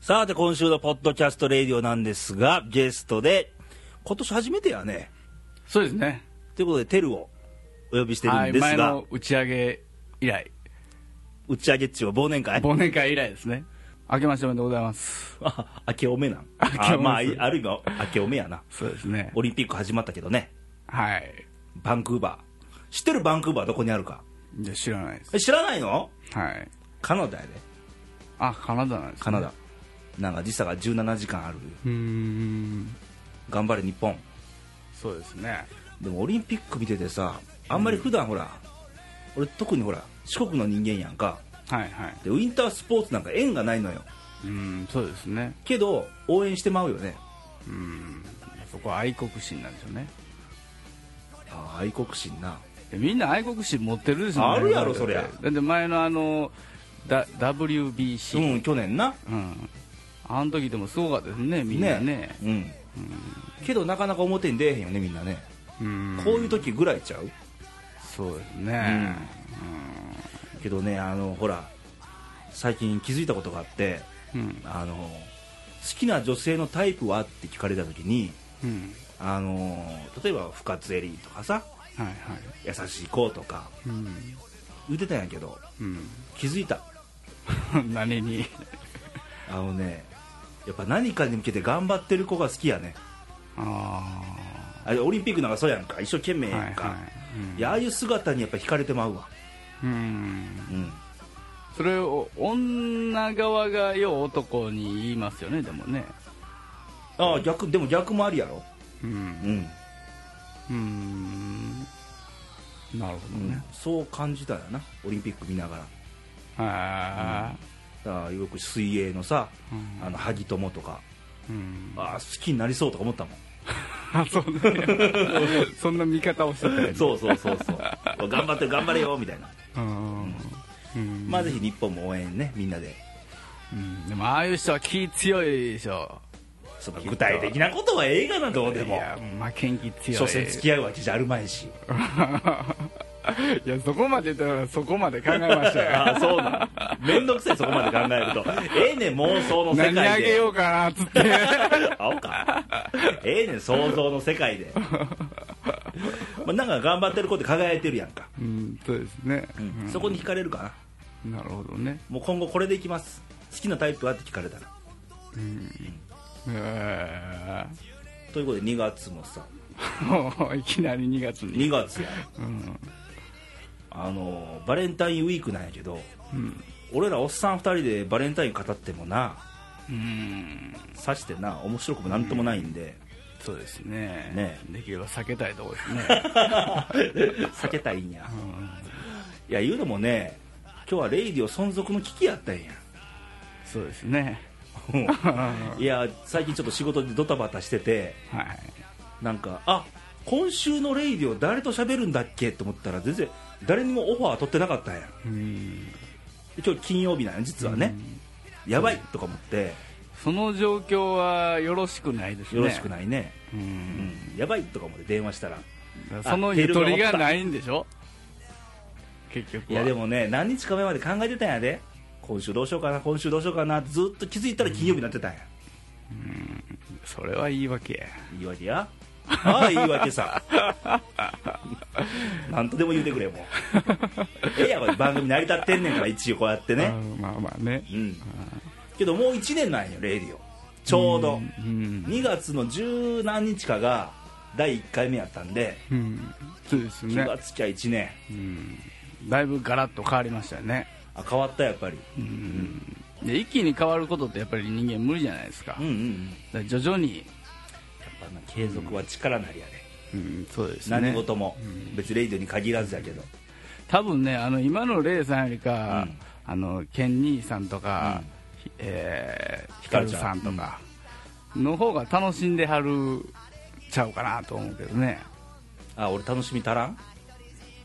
さて、今週のポッドキャストレディオなんですが、ゲストで、今年初めてやね。そうですね。ということで、テルをお呼びしてるはんい、です前が、の打ち上げ以来、打ち上げっちゅう忘年会忘年会以来ですね。明けましておめでとうございます。 あ、明けおめなん。 明けおめですあまあ、ある意味、明けおめやな。そうですね。オリンピック始まったけどね、はい。バンクーバー。知ってるバンクーバーどこにあるか。いや、知らないです。え知らないのはい。カナダやで、あ、カナダなんです、ね、カナダ。。なんか時差が17時間ある。うーん。頑張れ日本。そうですね。でもオリンピック見ててさ、あんまり普段ほら、俺特にほら、四国の人間やんか。はいはい。でウィンタースポーツなんか縁がないのようーん、そうですね。けど応援してまうよねうーん。そこは愛国心なんですよね。ああ愛国心なでみんな愛国心持ってるでしょ、あるやろそりゃだって前のあの、だ WBC。うん去年なうん、あの時でもすごかったですね、みんなね、うん、けどなかなか表に出えへんよねみんなね、うんこういう時ぐらいちゃうそうですね、けどねあのほら最近気づいたことがあってうんあの好きな女性のタイプはって聞かれた時にうん、あの例えば深津絵里とかさはいはい、優しい子とかうん、言ってたんやけどう気づいたん、何に、あのねやっぱ何かに向けて頑張ってる子が好きやねああれオリンピックなんかそうやんか一生懸命あ、やはいんか、はいい、やああいう姿にやっぱ惹かれてまうわ、うん、うん、うん、それを女側がよう男に言いますよね、でもね、ああ逆でも逆もありやろ、う、うんんうん、なるほどね、そう感じたよなオリンピック見ながらはああよく水泳のさ、うんあの萩友とかい、うん、ああ好きになりそうとか思った もんあ、そう ね、そんな見方をしてたよねそうそうそうそう 頑張ってる頑張れよみたいな、うんうんまあぜひ日本も応援ねみんなでうんでもああいう人は気強いでしょその具体的なことは映画などうでいもや負けん気強い所詮付き合うわけじゃあるまいしいやそこまでだからそこまで考えましたよ ああそうなん面倒くせえそこまで考えるとええねん妄想の世界何であげようかなっ つって青かええねん想像の世界で、まあ、なんか頑張ってる子って輝いてるやんか、うんそうですね、そこに惹かれるかななるほどねもう今後これでいきます好きなタイプはって聞かれたらえということで2月もさー もういきなり2月に2月やうんあのバレンタインウィークなんやけどうん俺らおっさん2人でバレンタイン語ってもなうんさしてな面白くもなんともないんで、そうですねねできれば避けたいとこですね、 避けたいんやうん、いや言うのもね今日はレイディオ存続の危機やったんやそうですねいや最近ちょっと仕事でドタバタしててはいなんかあ今週のレイディオ誰と喋るんだっけと思ったら全然誰にもオファー取ってなかったんやうんで今日金曜日なんや実はね、やばいとか思ってその状況はよろしくないですねよろしくないねう、うんん、やばいとか思って電話したらそのゆとりがないんでしょ結局いはやでもね何日か前まで考えてたんやで今週どうしようかな今週どうしようかなずっと気づいたら金曜日になってたんや、それは言い訳や言い訳やああ言い訳さなんとでも言うてくれ もうええやこれ番組成り立ってんねんから一応こうやってあねーまあまあねうんけどもう1年なんよレイディオちょうどうん、 2月の十何日かが第1回目やったんでうん、そうです気ね、がつきゃ1年うん、だいぶガラッと変わりましたよねあ変わったやっぱりで一気に変わることってやっぱり人間無理じゃないですか,、うんうんうんや徐々に、っぱな継続は力なりやねうん、そうですね何事も別にレイディオに限らずやけど多分ねあの今のレイさんよりか、うんあのケン兄さんとか、ひえー、ヒカルさんとかの方が楽しんではるちゃうかなと思うけどねあ俺楽しみ足らん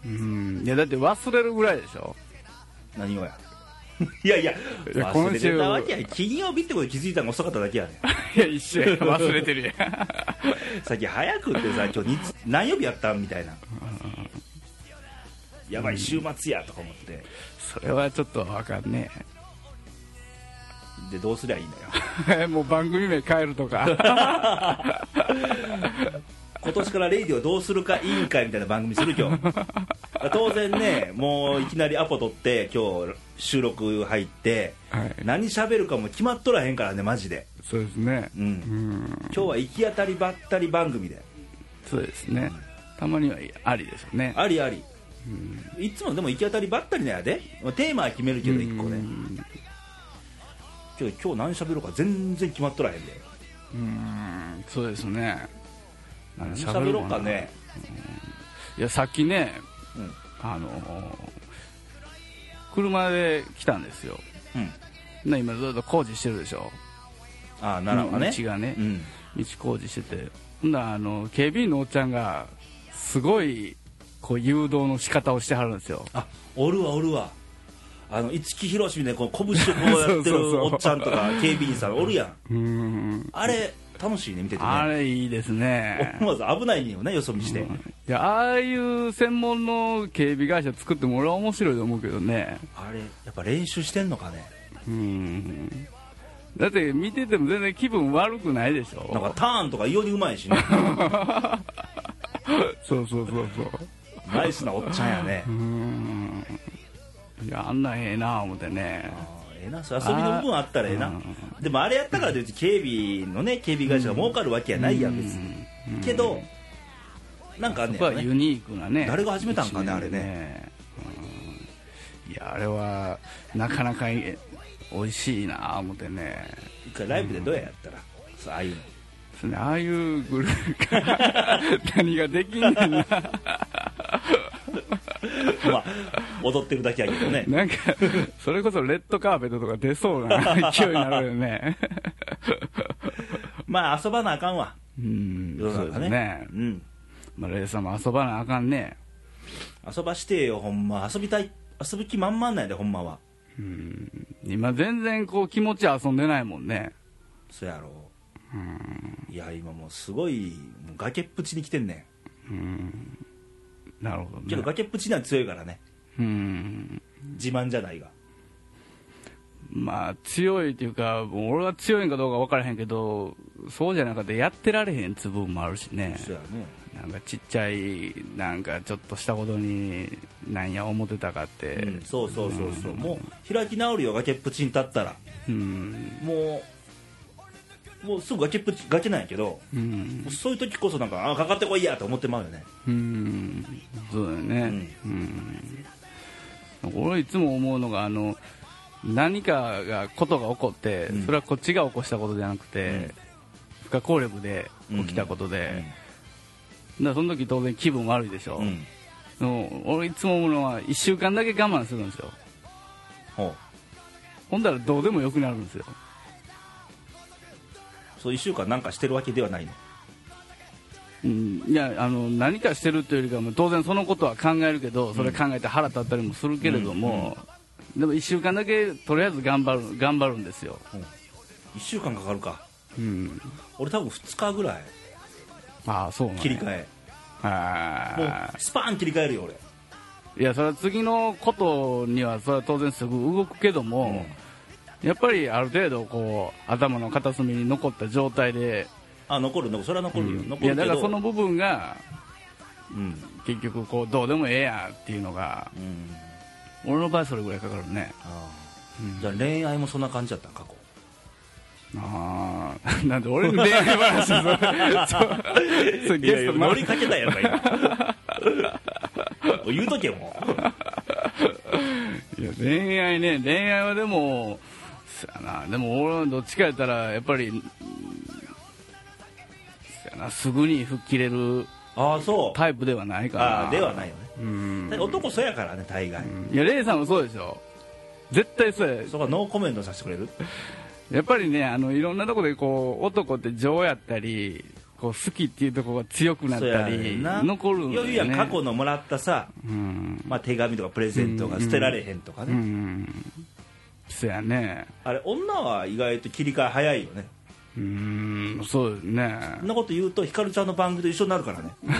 うんいやだって忘れるぐらいでしょ何をや いやいやいや忘れてたわけ今や金曜日ってこと気づいたのが遅かっただけやねいや一緒や 忘れてるや んさっき早くってさ今日日何曜日やったんみたいなやばい週末やとか思ってそれはちょっとわかんねでどうすりゃいいのよ もう番組名変える とか今年からレイディをどうするか委員会みたいな番組する今日当然ねもういきなりアポ取って今日収録入って、はい何喋るかも決まっとらへんからねマジでそうですねうん今日は行き当たりばったり番組でそうですねたまにはありですよねありあり、いつもでも行き当たりばったりなんやでテーマは決めるけど1個ねうん今日今日何喋るか全然決まっとらへんでうんそうですね何何喋ろうかねいやさっきね、うんあのー車で来たんですようんな今ずっと工事してるでしょああ奈良はね道がねうん道工事しててほんならあの警備員のおっちゃんがすごいこう誘導の仕方をしてはるんですよあおるわおるわあの五木ひろしみたいなこう拳をこうやって そうそうるそうおっちゃんとか警備員さんおるやんうーんあれ楽しいね見ててあねれいいですね思わず危ないねをねよそ見していやああいう専門の警備会社作っても俺は面白いと思うけどねあれやっぱ練習してんのかねうーんだって見てても全然気分悪くないでしょなんかターンとか異様にうまい しねそうそうそうそうナイスなおっちゃんやねうーんいやあんなんええなあ思ってねあーええなそれ遊びの部分あったらええなでもあれやったからといって警備のね警備会社が儲かるわけやないやん別にけどなんかあんね僕はやユねニークなね誰が始めたんかねあれねうんいやあれはなかなかえ美味しいなあ思ってね一回ライブでどうややったらそうああいうのそうねああいうグループから何がで きんねんなまあ踊ってるだけやけどね なんかそれこそレッドカーペットとか出そう な勢いになるよ ねまあ遊ばなあかんわうん世そのうで中すねね、うんまあ、レイさんも遊ばなあかんね遊ばしてよほんま遊びたい遊ぶ気満々なんやでほんまはうん今全然こう気持ち遊んでないもんねそやろいや今もうすごいもう崖っぷちに来てんねなるほどんけどね崖っぷちには強いからねうん自慢じゃないがまあ強いというかもう俺は強いんかどうか分からへんけどそうじゃなくてやってられへんつぶもあるしねそやねなんかちっちゃいなんかちょっとしたことになんや思ってたかってうんそうそうそうそうもう開き直るよ崖っぷちに立ったらうんもうもうすぐ崖っぷち崖なんやけどうんもうそういう時こそなんかあかかってこいやと思ってまうよねうんそうだよねうん、俺いつも思うのがあの何かがことが起こって、うんそれはこっちが起こしたことじゃなくて、うん不可抗力で起きたことで、だからその時当然気分悪いでしょ、うん、うん、でも俺いつも思うのは1週間だけ我慢するんですよほうほんだらどうでもよくなるんですよそう1週間なんかしてるわけではないのうん、いやあの何かしてるというよりかも当然そのことは考えるけどそれ考えて腹立ったりもするけれども、でも1週間だけとりあえず頑張る頑張るんですよ、 1週間かかるかうん、俺多分2日ぐらいああそうなんや切り替えもあうスパーン切り替えるよ俺ーいやそれは次のことにはそれは当然すぐ動くけども、やっぱりある程度こう頭の片隅に残った状態で、あ残る残るそれは残るよ、い残やるけどだからその部分がうん結局こうどうでもええやっていうのがうん俺の場合それぐらいかかるねあーじゃあ恋愛もそんな感じだった過去ああ、 なんで俺の恋愛話 それそう、そうゲスト乗まりかけたやんか 今おい言うとけもいや恋愛ね、恋愛はでも、そやな、でも俺はどっちかやったら、やっぱり、うんそやな、すぐに吹っ切れるうああそうタイプではないかあら。あではないようねん。だって男そうやからね大概、いや、レイさんもそうでしょ。絶対そうや。そこはノーコメントさせてくれるやっぱりね、あの、いろんなとこでこう、男って情やったり、こう、好きっていうとこが強くなっそうやたねり、んな残るんだよね。いやいや過去のもらったさ、うん。まあ、手紙とかプレゼントが捨てられへんとかね、うんそやねあれ女は意外と切り替え早いよねうーんそうですね そんなこと言うとひかるちゃんの番組と一緒になるからね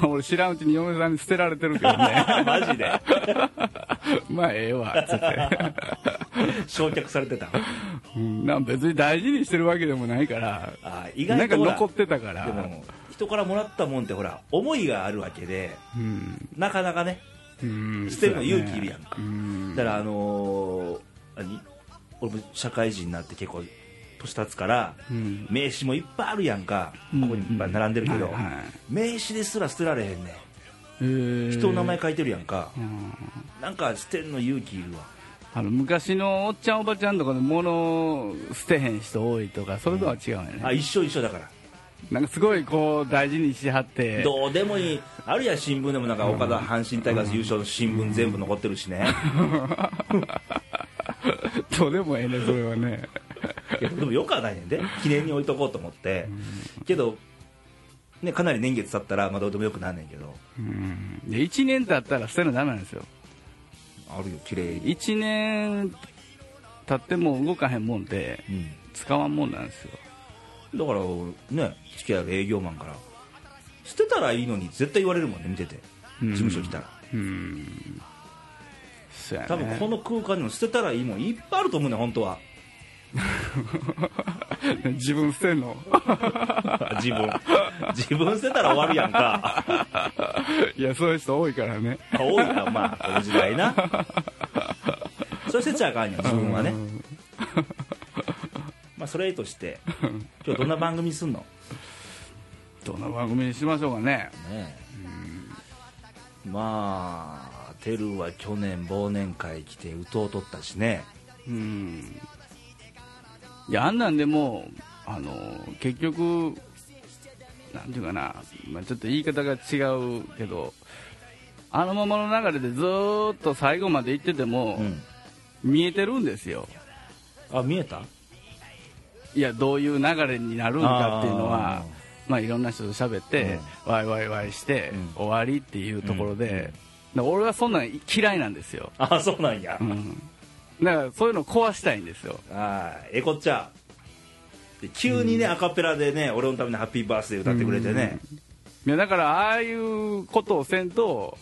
まあ俺知らんうちに嫁さんに捨てられてるけどねマジでまあええわつって、焼却されてたうん、なんか別に大事にしてるわけでもないからあ意な外んかとほら残ってたからでも人からもらったもんってほら思いがあるわけでうんなかなかねうん捨てるの勇気いるるやんかうんだからあのー何俺も社会人になって結構年経つから、うん名刺もいっぱいあるやんか、ここにいっぱい並んでるけど、うんはいはい名刺ですら捨てられへんねへーん人の名前書いてるやんか、うんなんか捨てんの勇気いるわあの昔のおっちゃんおばちゃんとかで物を捨てへん人多いとかそれとは違うよね、あ一緒一緒だから、なんかすごいこう大事にしはってどうでもいいあるいは新聞でもなんか岡田阪神タイガース優勝の新聞全部残ってるしね、どうでもええねそれはねいやでもよくはないねんで記念に置いとこうと思って、けど、ね、かなり年月経ったら、まあ、どうでもよくなんねんけどうんで1年経ったら捨てるのダメなんですよあるよ綺麗に、 1年経っても動かへんもんでうん使わんもんなんですよだからね付き合う営業マンから捨てたらいいのに絶対言われるもんね見ててうん事務所来たら、うんそうやね多分この空間にも捨てたらいいもんいっぱいあると思うねん本当は自分捨てんの自分 自分捨てたら終わるやんかいやそういう人多いからねあ多いなまあこの時代なそれ捨てちゃあかんやん自分はねうんまあそれとして今日どんな番組すんのどんな番組にしましょうかねねえまあテルは去年忘年会来て歌を取ったしねうんいやあんなんでもあの結局なんていうかな、まあ、ちょっと言い方が違うけどあのままの流れでずーっと最後まで行ってても、うん見えてるんですよあ見えたいやどういう流れになるんかっていうのはあーまあ、いろんな人と喋って、ワイワイワイして、うん終わりっていうところで、うんうんだから俺はそんなん嫌いなんですよ、あそうなんや、うん、だからそういうの壊したいんですよああえこっちゃで急にね、アカペラでね俺のための「ハッピーバースデー」歌ってくれてね、いやだからああいうことをせんと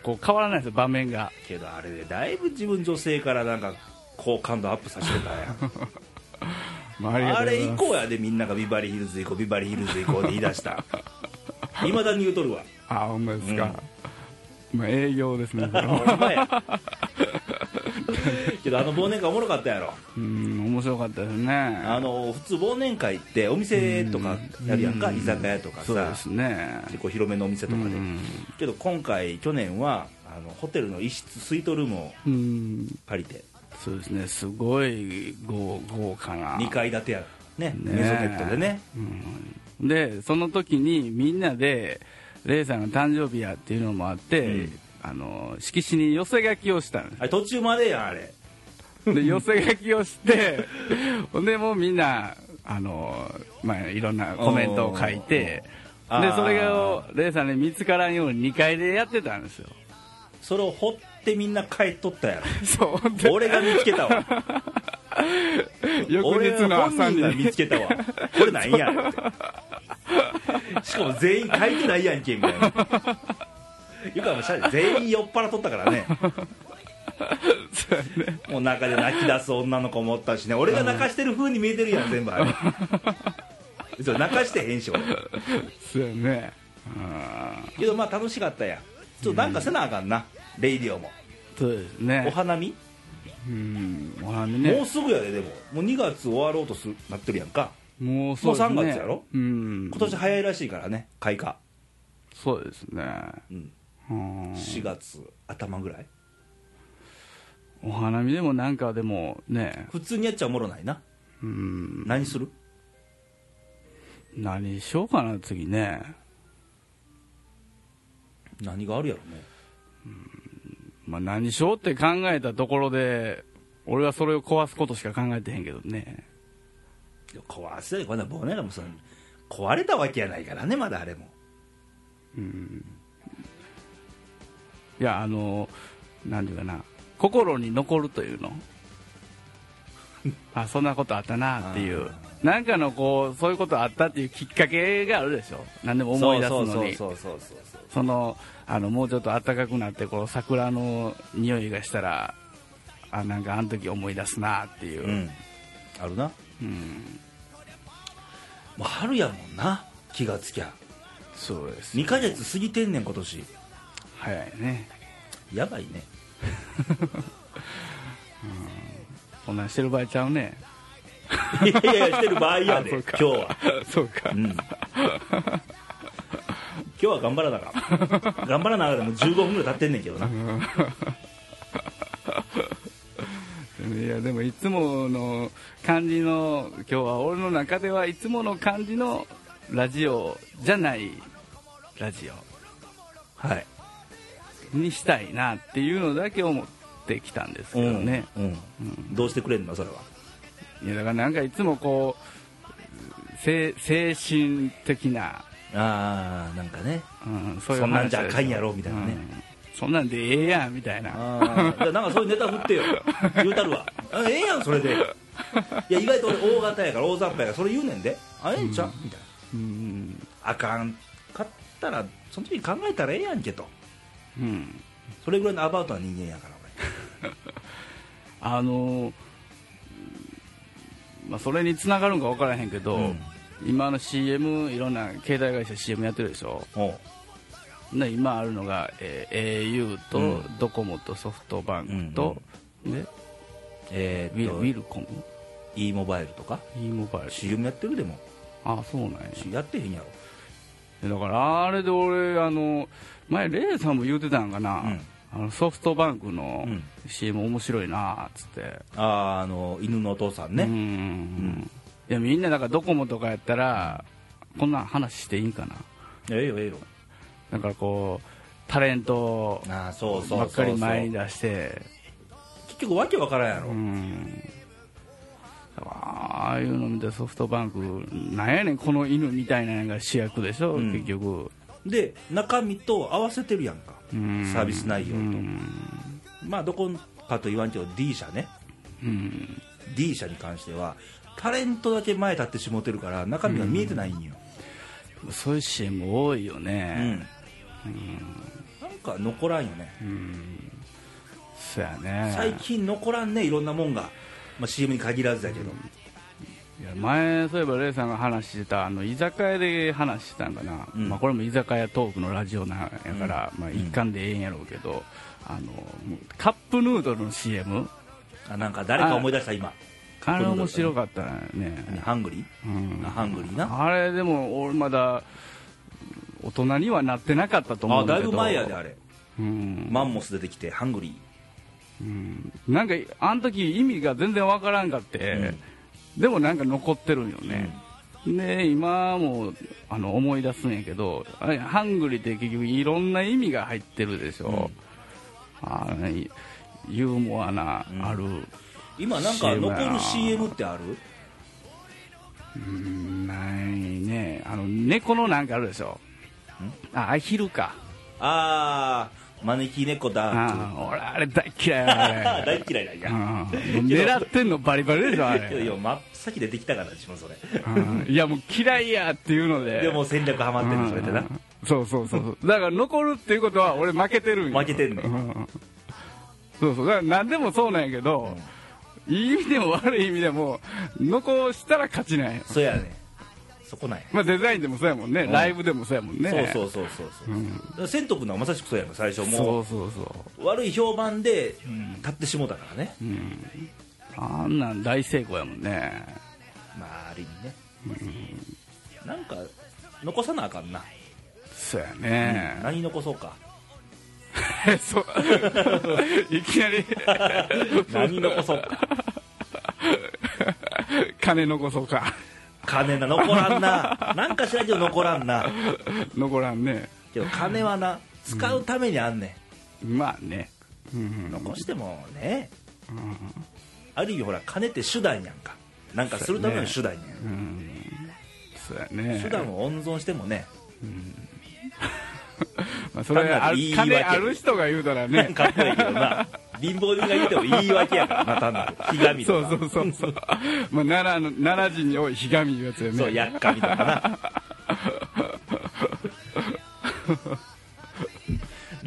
こう変わらないですよ場面がけどあれでだいぶ自分女性からなんか好感度アップさせて たやんまあありがとあうござれい以ます降やでみんながビバリーヒルズ行こうビバリーヒルズ行こうで言い出 したいまだに言うとるわあほんまですか、まあ営業ですねそれはほん ま やけどあの忘年会おもろかったやろうん面白かったですねあの普通忘年会ってお店とかやるやんか居酒屋とかそうでさすね結構広めのお店とかでうんけど今回去年はあのホテルの一室スイートルームをうん借りてそうですねすごい豪豪華な2階建てやねねメゾネットでねうんでその時にみんなでレイさんの誕生日やっていうのもあって、うんあの色紙に寄せ書きをしたんですあれ途中までやんあれで寄せ書き をしてほんでもうみんなあの、まあ、いろんなコメントを書いておーであーそれをレイさんに見つからんように2階でやってたん ですよそれを掘ってみんな帰っとったやそうほんでろ俺が見つけたわ翌俺日のが朝本に人が見つけたわこれなんやってしかも全員書いてないやんけみたいなゆかもしゃれ全員酔っ払っとったからねもう中で泣き出す女の子もおったしね俺が泣かしてる風に見えてるやん全部あれそう泣かしてへんし俺そうやねうんけどまあ楽しかったやんちょっとなんかせなあかんな、レイディオもそうですおね花見、うんお花見もうねすぐやででももう2月終わろうとすなってるやんかもうそうですねもう三月やろうん今年早いらしいからね開花、そうですねうん、うん4月頭ぐらいお花見でもなんかでもね普通にやっちゃおもろないなうん何する何しようかな次ね何があるやろねまあ、何しようって考えたところで、俺はそれを壊すことしか考えてへんけどね。いや壊せこんな忘年会もその壊れたわけやないからねまだあれもい や、あの、なんていうかな、心に残るというの。あそんなことあったなっていうなんかのこうそういうことあったっていうきっかけがあるでしょ何でも思い出すのにそうそうそうそうそうそのあのもうちょっと暖かくなってこう桜の匂いがしたらあなんかあの時思い出すなっていう、そううんあるなもうんう春やもんな気がつきゃそうです2ヶ月過ぎてんねん今年早いねやばい ねこんなんしてる場合ちゃうねいやいやしてる場合やで今あそうか日は そうか、 うん今日は頑張らなあかん頑張らなあかんでもう15分ぐらい経ってんねんけどなうんいやでもいつもの感じの今日は俺の中ではいつもの感じのラジオじゃないラジはいオにしたいなっていうのだけ思ってきたんですけどね、うんどうしてくれんのそれはいやだからなんかいつもこう精精神的な、ああなんかねうん、そういうそ話んなんじゃあかんやろろみたいなね、そんなんでええやんみたいなああじゃあなんかそういうネタ振って よ言うたるわあええやんそれでいや意外と俺大型やから大雑把やからそれ言うねんであええんちゃうみたいなうんあかんかったらその時に考えたらええやんけとうんそれぐらいのアバウトな人間やからあのーまあ、それにつながるんか分からへんけど、うん今の CM いろんな携帯会社 CM やってるでしょ俺おうね今あるのが、えー au と、うんドコモとソフトバンクと、ねえウー、ィっとルウィルコム e モバイルとか e モバイル CM やってるでもあそうなんややってへんやろだからあれで俺あの前レイさんも言うてたんかな、うんあのソフトバンクのうん CM 面白いなっつって、あーあの犬のお父さんね、うんいやみんなだからドコモとかやったらこんなん話していいんかなええよええよだからこうタレントああそうそうそうそうばっかり前に出して結局わけわからんやろ、うんだからああいうの見てソフトバンクなんやねんこの犬みたいなのが主役でしょ、うん結局で中身と合わせてるやんか、うんサービス内容と、うんまあどこかと言わんけど D 社ねうん D 社に関してはタレントだけ前立ってしもてるから中身が見えてないんよ、そういう CM 多いようんね、なんか残らんよね、そうやね最近残らんねいろんなもんが、まあ、CM に限らずだけど、いや前そういえばレイさんが話してたあの居酒屋で話してたんかな、うんまあ、これも居酒屋トークのラジオなんやから、まあ、一貫でええんやろうけど、あのもうカップヌードルの CM あなんか誰か思い出した今あれ面白かったね、ハングリうー、んあハングリーなあれでも俺まだ大人にはなってなかったと思あうんだだいけどぶ前やであれうんマンモス出てきてハングリうんなんかあの時意味が全然わからんかって、でもなんか残ってるんよね、で今もあの思い出すんやけどあれハングリーって結局いろんな意味が入ってるでしょ、あのねユーモアな、んあるー今なんか CM やな残る CM ってあるうんないねあの猫のなんかあるでしょあアヒルかああ招き猫だあー俺あれ大嫌いやあ れ大嫌いなんうや、ん狙ってんのバリバリでしょ あいやいれや真っ先出てきたから自分それうんいやもう嫌いやっていうのででもう戦略ハマってんのそれでなうんそうそうそうそうだから残るっていうことは俺負けてるんよ負けてんねうんんそうそうだから何でもそうなんやけど、いい意味でも悪い意味でも残したら勝ちなんや、そうやねそこなんやまあ、デザインでもそうやもんね、んライブでもそうやもんねそううそうそうそうそう、だから銭湯君のはまさしくそうやんか最初そもうそうそうう悪い評判で、立ってしもうたからね、あんなん大成功やもんねまあある意味ね、なんか残さなあかんな、そうやね、何残そう かそう いきなり 何残そうか金残そうか 金な残らんななんかしらんけど残らんな残らんねけど金はな使うためにあんねまあね、うんん、残してもね、ある意味ほら金って手段やんかなんかするための手段やん、そうやね手段を温存してもねまあ、それ単なあるる言い訳金ある人が言うたらねかっこいいけどな貧乏人が言っても言い訳やからな単なるひがみそとうかそうそう そう、まあ、奈良の奈良人に多いひがみいうやつよねそうやっかみとか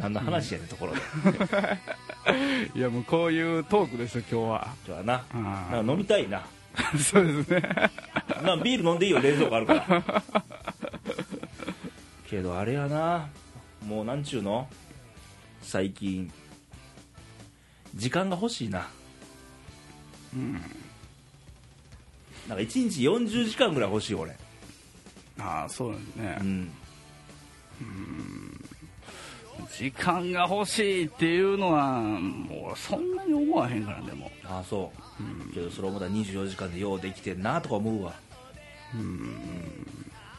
な何の話やねんところでいやもうこういうトークでしょ今日は 今日はなうんなんか飲みたいなそうですねなビール飲んでいいよ冷蔵庫あるから けどあれやなもうなんちゅうの最近時間が欲しいなうんなんか1日40時間ぐらい欲しい俺ああそうですねうん時間が欲しいっていうのはもうそんなに思わへんからでもああそう、けどそれをまだ24時間でようできてんなとか思うわうん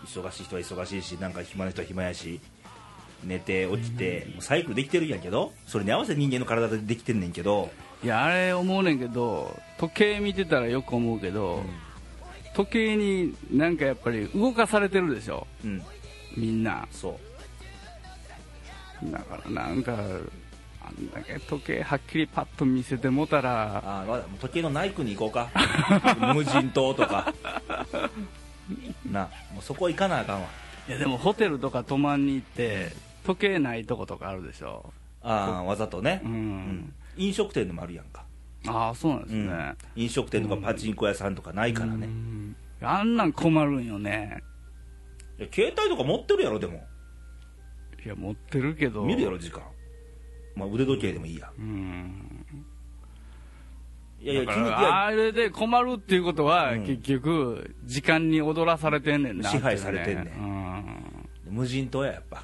忙しい人は忙しいしなんか暇な人は暇やし寝て起きてもうサイクルできてるんやけどそれに合わせて人間の体でできてんねんけどいやあれ思うねんけど時計見てたらよく思うけど、時計になんかやっぱり動かされてるでしょうんみんなそうだからなんかあんだけ時計はっきりパッと見せてもたらああまだ時計のない国行こう か無人島とかなもうそこ行かなあかんわいやでもホテルとか泊まんに行って時計ないとことかあるでしょああわざとね、うんうん飲食店でもあるやんか、ああそうなんですうんね、飲食店とかパチンコ屋さんとかないからね、うんあんなん困るんよねいや携帯とか持ってるやろでもいや持ってるけど見るやろ時間、まあ、腕時計でもいいやうんいやいやだ君かいらやあれで困るっていうことは、うん結局時間に踊らされてんねんな支配されてんねんうん無人島ややっ ぱ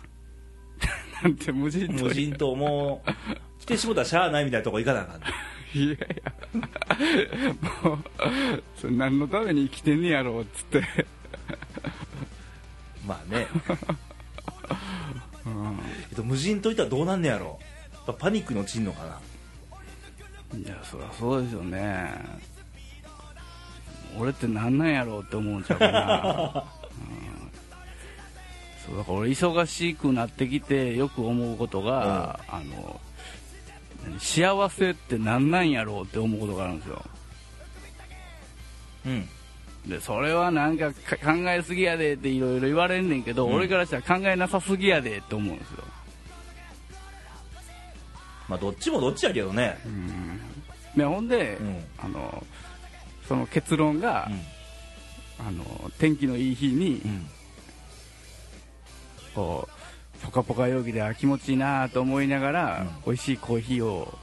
なんて無人島無人島もう来てしもたらしゃあないみたいなとこ行かなあかんねいやいやもうそれ何のために生きてんねやろうっつってま あね、えっと、無人島行ったらどうなんねやろやっぱパニックに陥んのかないやそりゃそうですよね俺ってなんなんやろうって思うんちゃう かな、うんそうだから俺忙しくなってきてよく思うことが、あの何幸せってなんなんやろうって思うことがあるんですようんでそれはなんかか考えすぎやでっていろいろ言われんねんけど、うん俺からしたら考えなさすぎやでって思うんですよまあどっちもどっちやけどねでほんで、うんあのその結論がうん、あの天気のいい日に、うんこうポカポカ容器であ気持ちいいなと思いながら、美味しいコーヒーを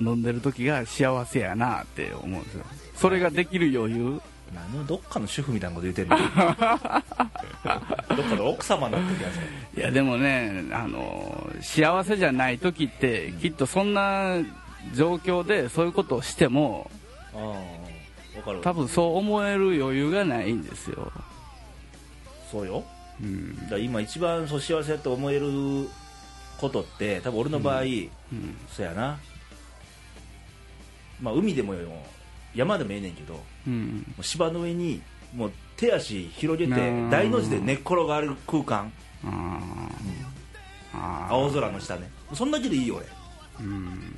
飲んでる時が幸せやなって思うんですよそれができる余裕何をどっかの主婦みたいなこと言う てんのどっかの奥様になってるやついやでもねあの幸せじゃない時って、きっとそんな状況でそういうことをしてもああ分かる多分そう思える余裕がないんですよ、そうようんだから今一番そう幸せだと思えることって多分俺の場合、うんそうやなまあ海でもよ山でもええねんけどもうん、う芝の上にもう手足広げてうん大の字で寝っ転がる空間あーあー青空の下ねそんだけでいいよ俺うん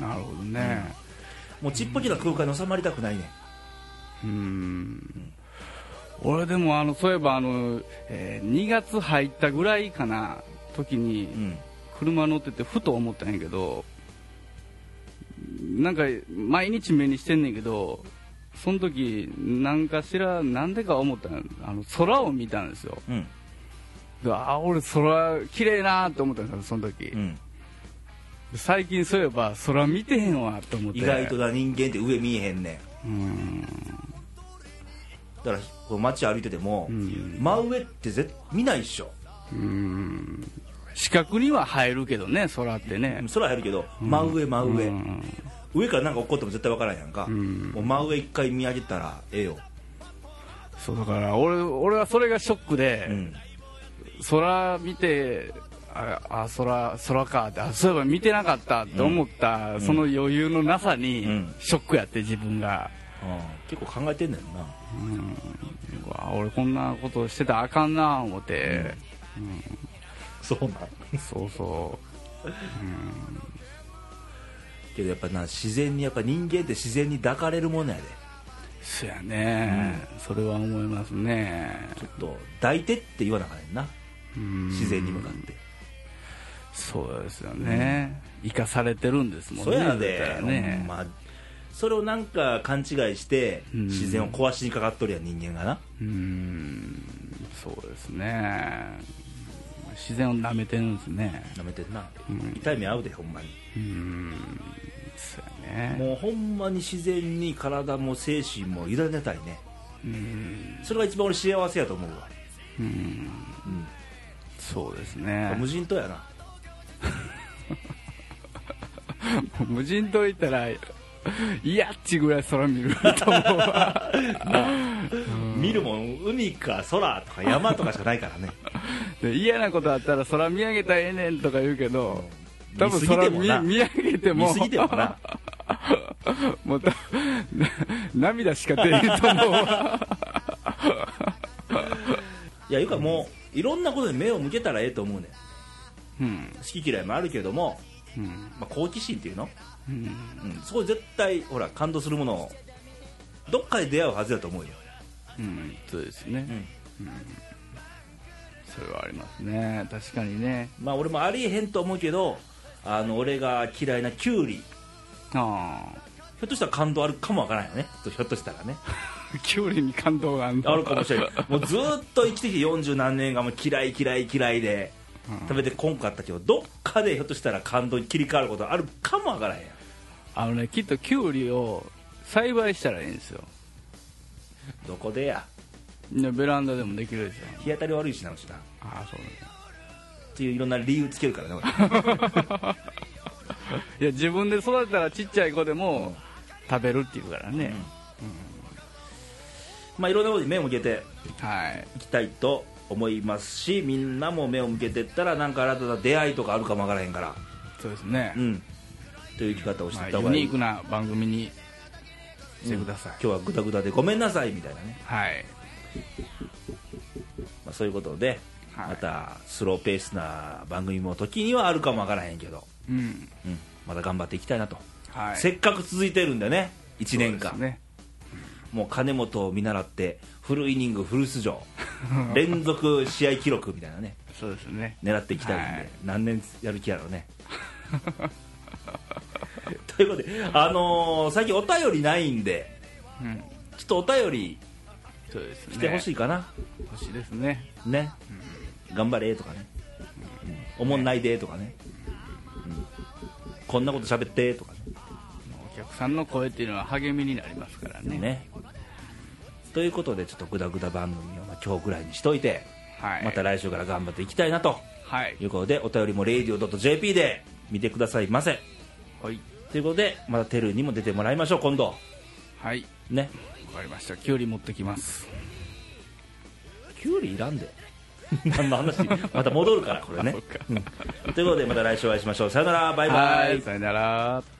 なるほどね、もうちっぽけな空間に収まりたくないねんうん俺でもあのそういえばあの、えー2月入ったぐらいかな時にうん車乗っててふと思ったんやけどなんか毎日目にしてんねんけどその時なんかしらなんでか思ったんあの空を見たんですようんでああ俺空綺麗なって思ったんですよその時、うん最近そういえば空見てへんわと思って意外とな人間って上見えへんねんうんだからこう街歩いてても、ん真上って絶見ないっしょうん視覚には入るけどね空ってね、空入るけど真上真上、うん上からなんか起こっても絶対分からんやんか、んもう真上一回見上げたらええよ、そうだから俺俺はそれがショックで、うん、空見てああ空空かってあそういえば見てなかったって思った、その余裕のなさうにんショックやって自分が、結構考えてんねんなうわ俺こんなことしてたらあかんな思って、そうなんそうそけどやっぱな自然にやっぱ人間って自然に抱かれるものやでそやね、それは思いますねちょっと抱いてって言わなあかんねんなうん自然に向かってそうですよね、生かされてるんですもんそねやだかでら、ね、まあ、それをなんか勘違いしてうん自然を壊しにかかっとるやん人間がなうーんそうですね自然を舐めてるんですねなめてんな、痛い目合うでほんまにうーんそうやねもうほんまに自然に体も精神も委ねたいねうーんそれが一番俺幸せやと思うわ、うーんうんそうですね無人島やな無人島行ったらいやっちぐらい空見ると思うわ見るもん海か空とか山とかしかないからねで嫌なことあったら空見上げたらええねんとか言 うけど多分見過ぎ空ても見な見上げても見すぎても なもうた涙しか出ないと思うわいやいうかもういろんなことに目を向けたらええと思うねんうん好き嫌いもあるけども、うんまあ、好奇心っていうの、うんうん、そこ絶対ほら感動するものをどっかで出会うはずだと思うよ、うん、そうですね、うんそれはありますね確かにねまあ俺もありえへんと思うけどあの俺が嫌いなキュウリひあょっとしたら感動あるかもわからんよねひょっとしたらねあキュウリに感動があるのあるかもしれないもうずーっと生きてきて40何年がもう嫌い嫌い嫌いで食べてこんかったけどどっかでひょっとしたら感動に切り替わることあるかもわからへんやんあのねきっとキュウリを栽培したらいいんですよどこでやねベランダでもできるでしょ日当たり悪いしなうしなっああそうなんていういろんな理由つけるからねいや自分で育てたらちっちゃい子でも食べるっていうから俺、ね、まあいろんなことに目を向けてはいいきたいと思いますしみんなも目を向けてったらなんか新たな出会いとかあるかもわからへんからそうですねう、んという生き方をしていまあっユた方がいい、ニークな番組にしてください、今日はグダグダでごめんなさいみたいなね、はいまあ、そういうことで、はいまたスローペースな番組も時にはあるかもわからへんけど、うんうん、また頑張っていきたいなと、はいせっかく続いてるんでね1年間、そうですねもう金本を見習ってフルイニングフル出 場連続試合記録みたいなねそうですね狙っていきたいんで、はい何年やる気やろうね ということで、あのー最近お便りないんでうんちょっとお便りそうですね来てほしいいかな欲しいですねね頑張れとかね、おもんないでとかね、うんこんなこと喋ってとかお客さんの声っていうのは励みになりますからねねねということでちょっとグダグダ番組をまあ今日ぐらいにしといて、はいまた来週から頑張っていきたいなとはいいうことでお便りも radio.jp で見てくださいませはいということでまたテルにも出てもらいましょう今度はいねわかりましたきゅうり持ってきますキュウリいらんで 何の話また戻るからこれね そっかうんということでまた来週お会いしましょうさよならバイバイ、さよなら